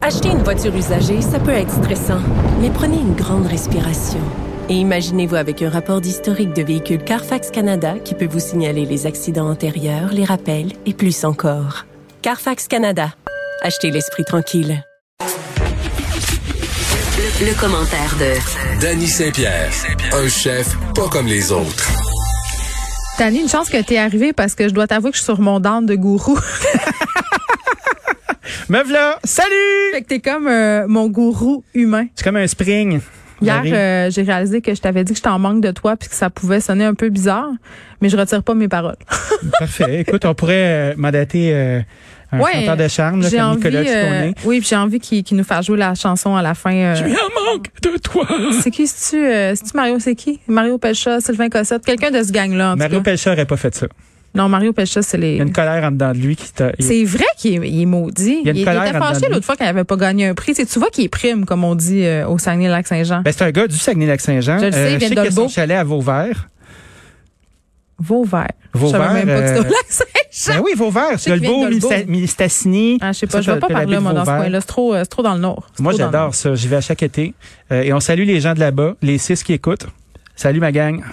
Acheter une voiture usagée, ça peut être stressant, mais prenez une grande respiration. Et imaginez-vous avec un rapport d'historique de véhicule Carfax Canada qui peut vous signaler les accidents antérieurs, les rappels et plus encore. Carfax Canada. Achetez l'esprit tranquille. Le, le commentaire de Danny Saint-Pierre, un chef pas comme les autres. Danny, une chance que tu es arrivé parce que je dois t'avouer que je suis sur mon dame de gourou. Meuf là, salut! Fait que t'es comme euh, mon gourou humain. C'est comme un spring. Hier, Marie. euh, j'ai réalisé que je t'avais dit que j'étais en manque de toi puis que ça pouvait sonner un peu bizarre, mais je retire pas mes paroles. Parfait. Écoute, on pourrait euh, mandater euh, un Ouais, chanteur de charme, là, j'ai comme envie, Nicolas euh, Ciccone. oui, puis j'ai envie qu'il qu'il nous fasse jouer la chanson à la fin. euh, en manque de toi. c'est qui, c'est-tu euh, c'est-tu Mario, c'est qui? Mario Pelcha, Sylvain Cossette, quelqu'un de ce gang-là, en Mario tout cas. Pelcha aurait pas fait ça. Non, Mario Pelcha, c'est Il les... y a une colère en dedans de lui qui t'a. il- C'est vrai qu'il est, il est maudit. Il y a une colère était en dedans fâché de lui. l'autre fois qu'il n'avait pas gagné un prix. Tu sais, tu vois qu'il est prime, comme on dit euh, au Saguenay-Lac-Saint-Jean. Ben, c'est un gars du Saguenay-Lac-Saint-Jean. Je le sais, il je vient sais de que son Dolbeau. chalet à Vauvert. Vauvert. Vauvert, Je savais même pas que c'était au euh, Lac-Saint-Jean. Ben oui, Vauvert. sais qu'il vient Dolbeau, de Dolbeau. Mista- Mistassini. Ah, je sais Ça, pas, je vais t'as- pas t'as par l'habit là, moi, dans ce Vauvert. coin-là. C'est trop, euh, c'est trop dans le nord. C'est Moi, trop dans le j'adore ça. J'y vais à chaque été. Euh, et on salue les gens de là-bas, les six qui écoutent. Salut, ma gang. nord.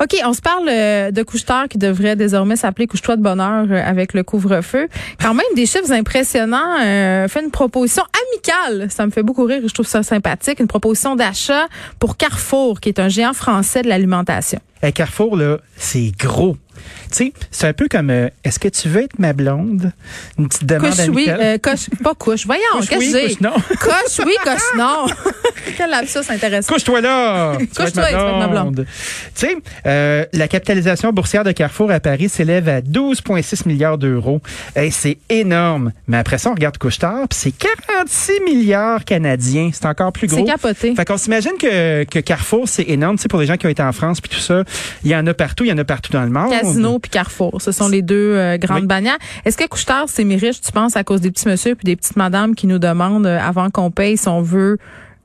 OK, on se parle euh, de couche-tard qui devrait désormais s'appeler couche-toi de bonheur euh, avec le couvre-feu. Quand même, des chiffres impressionnants. Euh, fait une proposition amicale. Ça me fait beaucoup rire. Je trouve ça sympathique. Une proposition d'achat pour Carrefour, qui est un géant français de l'alimentation. Hey, Carrefour, là, c'est gros. Tu sais, c'est un peu comme euh, est-ce que tu veux être ma blonde? Une petite demande Couche oui, amicale. euh, coche, pas couche. Voyons, Couche qu'est-ce oui, que j'ai? couche non. Coche oui, coche non. Quel lapsus intéressant. Couche-toi là! Tu vas être Couche-toi, tu vas être ma blonde. Tu sais, euh, la capitalisation boursière de Carrefour à Paris s'élève à 12,6 milliards d'euros. Hey, c'est énorme. Mais après ça, on regarde Couche-Tard, puis c'est 46 milliards canadiens. C'est encore plus C'est gros. capoté. Fait qu'on s'imagine que, que Carrefour, c'est énorme. Tu sais, pour les gens qui ont été en France puis tout ça, il y en a partout, il y en a partout dans le monde. Casino puis Carrefour, ce sont les deux euh, grandes Oh, Oui. bannières. Est-ce que Couche-Tard, c'est mes riches, tu penses, à cause des petits messieurs puis des petites madames qui nous demandent, euh, avant qu'on paye, si on veut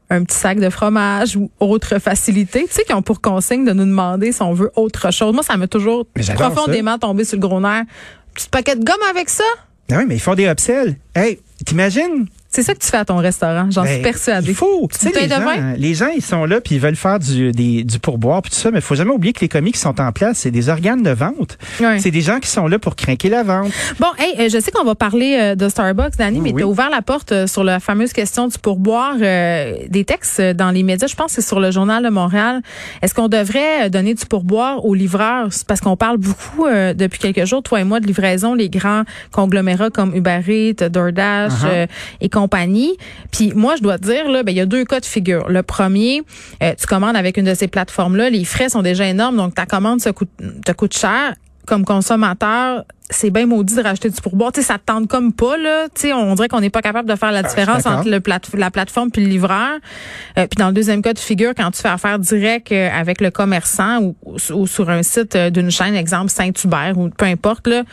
un petit sac de fromage ou autre facilité, tu sais, qui ont pour consigne de nous demander si on veut autre chose. Moi, ça m'a toujours Mais j'adore profondément tombé sur le gros nerf. Petit paquet de gomme avec ça? Ah oui, mais ils font des upsells. Hey, t'imagines? C'est ça que tu fais à ton restaurant, j'en suis Ben, persuadée. Il faut. Tu sais, Bouteille les, de gens, vin? hein, les gens, ils sont là puis ils veulent faire du, des- du pourboire puis tout ça, mais il faut jamais oublier que les commis qui sont en place, c'est des organes de vente. Ouais. C'est des gens qui sont là pour craquer la vente. Bon, hey, euh, je sais qu'on va parler euh, de Starbucks, Dani, mais Oui. tu as ouvert la porte euh, sur la fameuse question du pourboire euh, des textes euh, dans les médias. Je pense que c'est sur le Journal de Montréal. Est-ce qu'on devrait euh, donner du pourboire aux livreurs? C'est Parce qu'on parle beaucoup euh, depuis quelques jours, toi et moi, de livraison, les grands conglomérats comme Uber Eats, DoorDash Uh-huh. euh, et compagnie. Puis moi, je dois te dire, là, ben, il y a deux cas de figure. Le premier, euh, tu commandes avec une de ces plateformes-là, les frais sont déjà énormes, donc ta commande ça coûte, te coûte cher comme consommateur, c'est bien maudit de racheter du pourboire. Tu sais, ça te tente comme pas, là. Tu sais, on dirait qu'on n'est pas capable de faire la différence d'accord. entre le plate- la plateforme puis le livreur. Euh, puis dans le deuxième cas de figure, quand tu fais affaire direct euh, avec le commerçant ou, ou sur un site euh, d'une chaîne, exemple Saint-Hubert ou peu importe, là,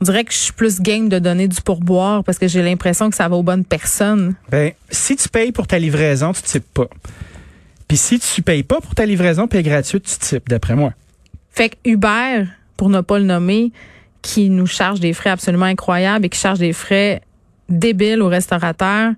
on dirait que je suis plus game de donner du pourboire parce que j'ai l'impression que ça va aux bonnes personnes. Ben, si tu payes pour ta livraison, tu types pas. Puis si tu payes pas pour ta livraison puis elle est gratuite, tu types, d'après moi. Fait que Uber, pour ne pas le nommer, qui nous charge des frais absolument incroyables et qui charge des frais débiles aux restaurateurs,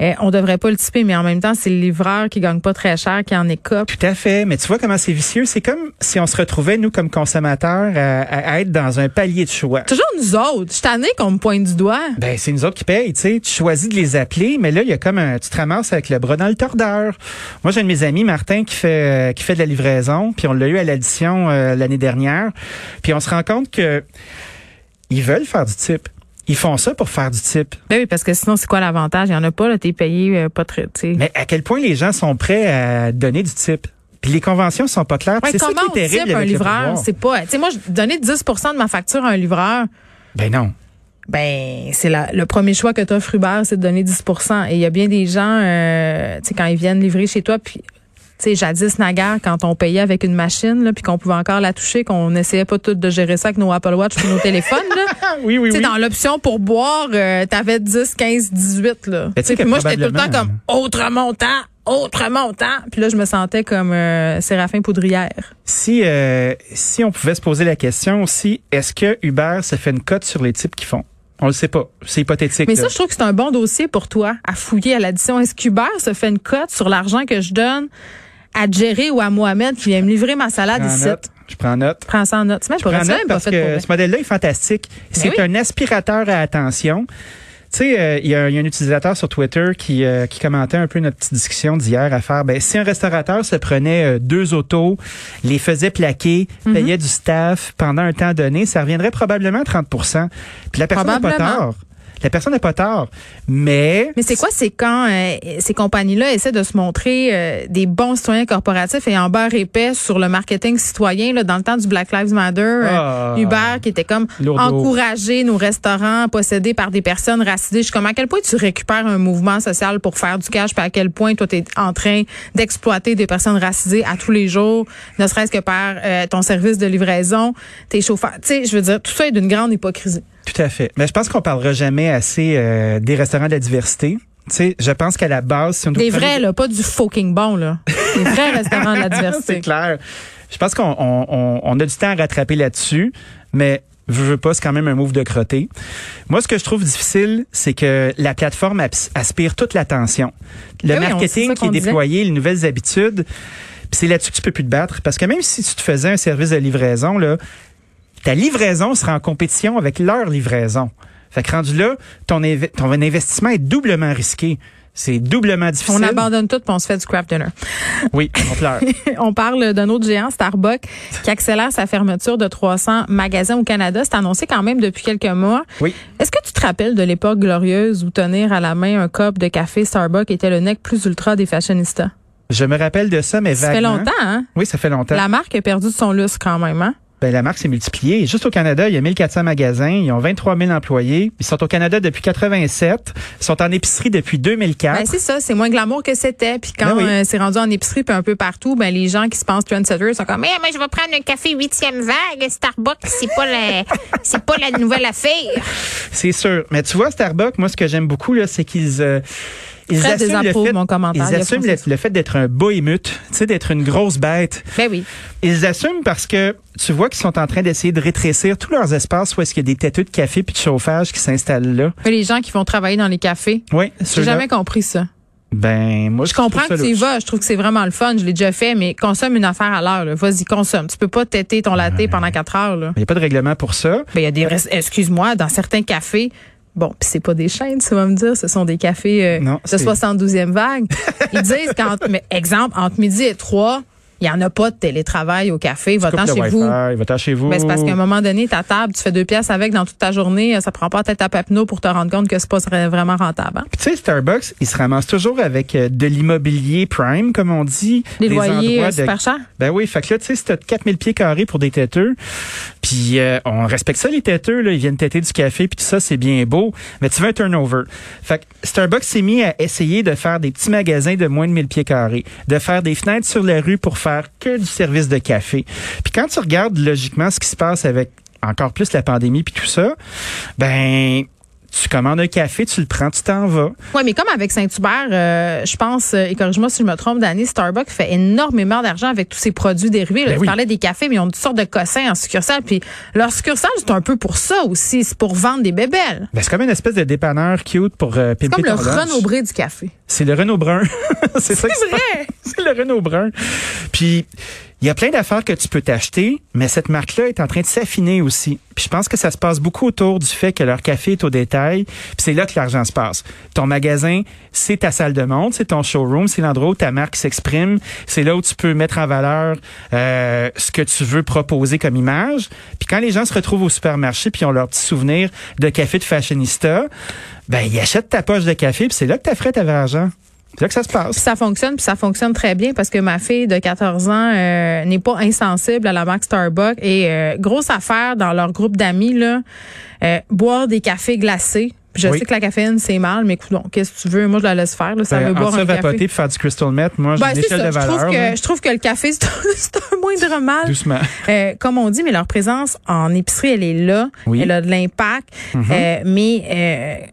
eh, on devrait pas le typer, mais en même temps, c'est le livreur qui gagne pas très cher, qui en écope. Tout à fait. Mais tu vois comment c'est vicieux? C'est comme si on se retrouvait, nous, comme consommateurs, à, à être dans un palier de choix. Toujours nous autres. Je suis tannée qu'on me pointe du doigt. Ben, c'est nous autres qui payent, tu sais. Tu choisis de les appeler, mais là, il y a comme un, tu te ramasses avec le bras dans le tordeur. Moi, j'ai un de mes amis, Martin, qui fait, euh, qui fait de la livraison, puis on l'a eu à l'addition euh, l'année dernière. Puis on se rend compte que ils veulent faire du type. Ils font ça pour faire du type. Ben oui, parce que sinon, c'est quoi l'avantage? Il y en a pas, là. T'es payé euh, pas très, tu sais. Mais à quel point les gens sont prêts à donner du type? Puis les conventions sont pas claires. Puis Ouais, c'est ça comment qui on est terrible type un avec le livreur? pouvoir. C'est pas, tu sais, moi, je- donner 10 de ma facture à un livreur, Ben non. Ben, c'est la- le premier choix que t'offres Uber, c'est de donner 10 Et il y a bien des gens, euh, tu sais, quand ils viennent livrer chez toi, puis, tu sais, jadis, naguère, quand on payait avec une machine, là, puis qu'on pouvait encore la toucher, qu'on essayait pas tout de gérer ça avec nos Apple Watch puis nos téléphones, là. Ah, oui, oui, Tu sais, oui. dans l'option pour boire, euh, t'avais 10, 15, 18, là. Mais tu sais Puis que moi, j'étais tout le temps probablement- hein. comme, autre montant, autre montant. Puis là, je me sentais comme euh, Séraphin Poudrière. Si, euh, si on pouvait se poser la question aussi, est-ce que Uber se fait une cote sur les types qu'ils font? On le sait pas. C'est hypothétique. Mais là. ça, je trouve que c'est un bon dossier pour toi à fouiller à l'addition. Est-ce qu'Uber se fait une cote sur l'argent que je donne à Jerry ou à Mohamed qui vient me livrer ma salade prends ici? note. Je prends note. Prends ça en note. Tu m'as Je prends note même pas parce fait ben, pour que vrai. ce modèle-là est fantastique. C'est oui. un aspirateur à attention. Tu sais, euh, il y, a il y a un utilisateur sur Twitter qui, euh, qui commentait un peu notre petite discussion d'hier à faire. Ben, si un restaurateur se prenait euh, deux autos, les faisait plaquer, Mhm. payait du staff pendant un temps donné, ça reviendrait probablement à 30 Puis la personne n'a pas Probablement. tort. La personne n'a pas tort. Mais, Mais c'est quoi? C'est quand euh, ces compagnies-là essaient de se montrer euh, des bons citoyens corporatifs et en beurre épais sur le marketing citoyen. Là, dans le temps du Black Lives Matter, euh, Ah. Uber qui était comme Lourdeau. encourager nos restaurants possédés par des personnes racisées. Je suis comme à quel point tu récupères un mouvement social pour faire du cash, puis à quel point toi tu es en train d'exploiter des personnes racisées à tous les jours, ne serait-ce que par euh, ton service de livraison, tes chauffeurs. Tu sais, je veux dire, tout ça est d'une grande hypocrisie. Tout à fait. Mais je pense qu'on parlera jamais assez euh, des restaurants de la diversité. Tu sais, je pense qu'à la base, si on nous Des prenait- vrais, là, pas du fucking bon, là. Des vrais restaurants de la C'est diversité. clair. Je pense qu'on on, on- on a du temps à rattraper là-dessus, mais je veux pas, c'est quand même un move de crotté. Moi, ce que je trouve difficile, c'est que la plateforme abs- aspire toute l'attention. Le Ah oui, on- c'est marketing ça qui est qu'on disait. déployé, les nouvelles habitudes, puis c'est là-dessus que tu peux plus te battre. Parce que même si tu te faisais un service de livraison, là, ta livraison sera en compétition avec leur livraison. Fait que rendu là, ton, inve- ton investissement est doublement risqué. C'est doublement difficile. On abandonne tout puis on se fait du crap dinner. Oui, on pleure. On parle d'un autre géant, Starbucks, qui accélère sa fermeture de 300 magasins au Canada. C'est annoncé quand même depuis quelques mois. Oui. Est-ce que tu te rappelles de l'époque glorieuse où tenir à la main un cop de café Starbucks était le nec plus ultra des fashionistas? Je me rappelle de ça, mais Ça fait vaguement. longtemps, hein? Oui, ça fait longtemps. La marque a perdu de son lustre quand même, hein? Ben, la marque s'est multipliée. Juste au Canada, il y a 1400 magasins, ils ont 23 000 employés. Ils sont au Canada depuis 87, ils sont en épicerie depuis 2004. Ben, c'est ça, c'est moins glamour que c'était. Puis quand Hein? Ben oui. euh, c'est rendu en épicerie puis un peu partout, ben les gens qui se pensent trendsetters sont comme, Eh, moi je vais prendre un café huitième vague, Starbucks c'est pas la, c'est pas la nouvelle affaire. c'est sûr. Mais tu vois, Starbucks, moi, ce que j'aime beaucoup, là, c'est qu'ils... euh, ils Fred assument, le désapprouve fait, mon commentaire, ils il a assument le, foncé le fait d'être un bohémute, tu sais, d'être une grosse bête. Ben oui. Ils assument parce que tu vois qu'ils sont en train d'essayer de rétrécir tous leurs espaces où est-ce qu'il y a des têteux de café puis de chauffage qui s'installent là. Mais les gens qui vont travailler dans les cafés. Oui, J'ai ceux-là. jamais compris ça. Ben, moi, je, Je comprends trouve ça que tu y louche. vas, je trouve que c'est vraiment le fun, je l'ai déjà fait, mais consomme une affaire à l'heure. là. Vas-y, consomme. Tu peux pas têter ton latte pendant quatre heures. Là. Il n'y a pas de règlement pour ça. Ben, il y a des res- excuse-moi, dans certains cafés, bon, puis c'est pas des chaînes, tu vas me dire, ce sont des cafés euh, Non, de c'est- 72e vague. Ils disent qu'entre, mais exemple, entre midi et trois, il y en a pas de télétravail au café, va-t'en Coupe le chez vous. Wi-Fi, va-t'en chez vous. Ben, c'est parce qu'à un moment donné, ta table, tu fais deux pièces avec dans toute ta journée, euh, ça prend pas la tête à papineau pour te rendre compte que c'est pas vraiment rentable. hein. Puis tu sais, Starbucks, ils se ramassent toujours avec euh, de l'immobilier prime, comme on dit. Les des loyers endroits euh, de- super chers. Ben oui, fait que là, tu sais, si t'as 4000 pieds carrés pour des têteux, puis euh, on respecte ça, les têteux, là, ils viennent têter du café, puis tout ça, c'est bien beau, mais tu veux un turnover. Fait que Starbucks s'est mis à essayer de faire des petits magasins de moins de 1000 pieds carrés, de faire des fenêtres sur la rue pour faire que du service de café. Puis quand tu regardes logiquement ce qui se passe avec encore plus la pandémie puis tout ça, ben... Tu commandes un café, tu le prends, tu t'en vas. Oui, mais comme avec Saint-Hubert, euh, je pense, euh, et corrige-moi si je me trompe, Dani, Starbucks fait énormément d'argent avec tous ses produits dérivés. Là, Ben je oui. parlais des cafés, mais ils ont toutes sortes de cossins en succursale. Puis leur succursale, c'est un peu pour ça aussi. C'est pour vendre des bébelles. Ben, c'est comme une espèce de dépanneur cute pour euh, C'est pimper comme le ton lunch. Renaud Bré du café. C'est le Renault brun. c'est ça. que C'est vrai. c'est. C'est le Renault brun. Puis il y a plein d'affaires que tu peux t'acheter, mais cette marque-là est en train de s'affiner aussi. Puis je pense que ça se passe beaucoup autour du fait que leur café est au détail, puis c'est là que l'argent se passe. Ton magasin, c'est ta salle de monde, c'est ton showroom, c'est l'endroit où ta marque s'exprime, c'est là où tu peux mettre en valeur euh, ce que tu veux proposer comme image. Puis quand les gens se retrouvent au supermarché puis ils ont leur petit souvenir de café de fashionista, ben ils achètent ta poche de café puis c'est là que tu ferais ta l'argent. C'est là que ça se Puis passe. ça fonctionne, puis ça fonctionne très bien parce que ma fille de 14 ans euh, n'est pas insensible à la marque Starbucks. Et euh, grosse affaire dans leur groupe d'amis, là, euh, boire des cafés glacés. Puis Je Oui. sais que la caféine, c'est mal, mais écoute, qu'est-ce que tu veux? Moi, je la laisse faire. Là, ça Ben, veut entre boire ça, un café. vapoter puis faire du crystal meth, moi, j'ai Ben, une c'est échelle ça. de Je trouve, valeur. là. que, je trouve que le café, c'est un, c'est un moindre mal. Doucement. Euh, comme on dit, mais leur présence en épicerie, elle est là. Oui. Mm-hmm. Elle a de l'impact. Euh, mais euh,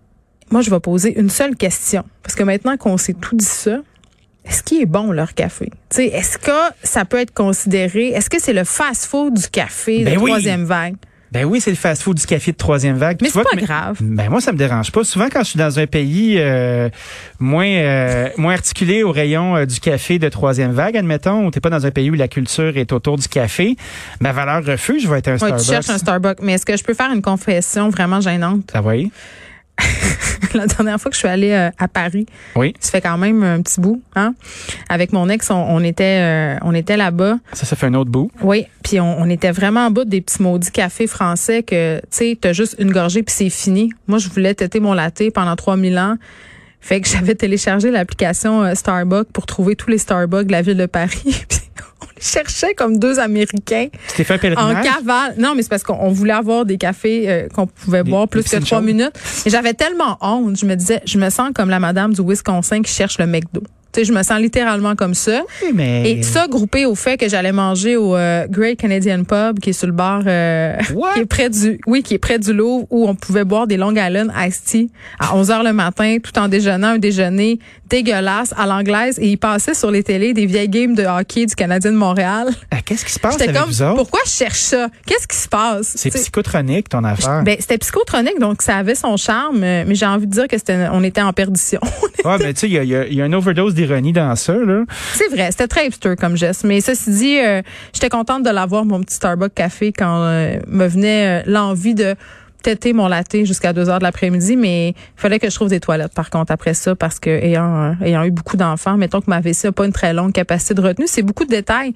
moi, je vais poser une seule question. Parce que maintenant qu'on s'est tout dit ça, est-ce qu'il est bon leur café? Tu sais, Est-ce que ça peut être considéré? Est-ce que c'est le fast-food du café Ben de oui. troisième vague? Ben oui, c'est le fast-food du café de troisième vague. Mais Tu c'est vois pas que- grave. Ben moi, ça me dérange pas. Souvent, quand je suis dans un pays euh, moins euh, moins articulé au rayon euh, du café de troisième vague, admettons, ou t'es pas dans un pays où la culture est autour du café, ma valeur refuge va être un Ouais, Starbucks. tu cherches un Starbucks. Mais est-ce que je peux faire une confession vraiment gênante? Ah oui? La dernière fois que je suis allée euh, à Paris, Oui. ça fait quand même un petit bout, hein? Avec mon ex, on, on était, euh, on était là-bas. Ça, ça fait un autre bout. Oui, puis on, on était vraiment en bout des petits maudits cafés français que, tu sais, t'as juste une gorgée puis c'est fini. Moi, je voulais têter mon latte pendant 3000 ans. Fait que j'avais téléchargé l'application euh, Starbucks pour trouver tous les Starbucks de la ville de Paris. Puis on les cherchait comme deux Américains Tu t'es fait un en pèlerinage? cavale. Non, mais c'est parce qu'on on voulait avoir des cafés euh, qu'on pouvait Des- boire plus des que petites trois choses. minutes. Et j'avais tellement honte. Je me disais, je me sens comme la madame du Wisconsin qui cherche le McDo. Tu sais, je me sens littéralement comme ça. Oui, mais... Et ça, groupé au fait que j'allais manger au euh, Great Canadian Pub, qui est sur le bar, euh, What? qui est près du, oui, qui est près du Louvre, où on pouvait boire des Long Island Iced Tea à 11 h le matin, tout en déjeunant un déjeuner dégueulasse à l'anglaise, et il passait sur les télés des vieilles games de hockey du Canadien de Montréal. Ah, Qu'est-ce qui se passe J'étais avec comme, vous autres? pourquoi je cherche ça? Qu'est-ce qui se passe? C'est Tu sais, psychotronique, ton affaire. ben, c'était psychotronique, donc ça avait son charme, euh, mais j'ai envie de dire que c'était, on était en perdition. Ah, mais tu sais, il y a, il y a- il y a une overdose d'ironie dans ça, là. Euh, C'est vrai, c'était très hipster comme geste. Mais ceci dit, euh, j'étais contente de l'avoir, mon petit Starbucks café, quand euh, me venait euh, l'envie de têter mon latte jusqu'à 2 heures de l'après-midi. Mais il fallait que je trouve des toilettes, par contre, après ça, parce que ayant, euh, ayant eu beaucoup d'enfants, mettons que ma vessie n'a pas une très longue capacité de retenue. C'est beaucoup de détails.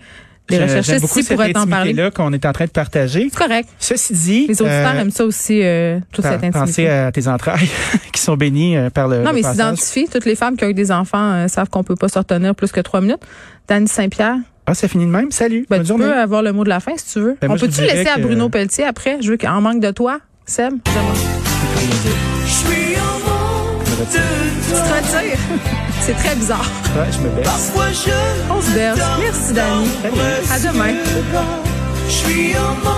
Les J'aime- recherchistes j'aime beaucoup ici cette pourraient en parler. là qu'on est en train de partager. C'est correct. Ceci dit, Les auditeurs euh, aiment ça aussi, euh, toute cette pen- pensez intimité. à tes entrailles qui sont bénies euh, par le non, le mais ils passage. s'identifient. Toutes les femmes qui ont eu des enfants euh, savent qu'on peut pas se retenir plus que trois minutes. Dany Saint-Pierre, Ah, ça finit de même. Salut. Ben, Bonne tu journée. peux avoir le mot de la fin si tu veux. Ben, moi, On je peut-tu dirais laisser à que- Bruno Pelletier après? Je veux qu'en manque de toi, Seb. suis en manque de Tu toi. te retires. C'est très bizarre. Ouais, je me baisse. Parfois je On se berce. Merci, Dani. À demain. suis en manque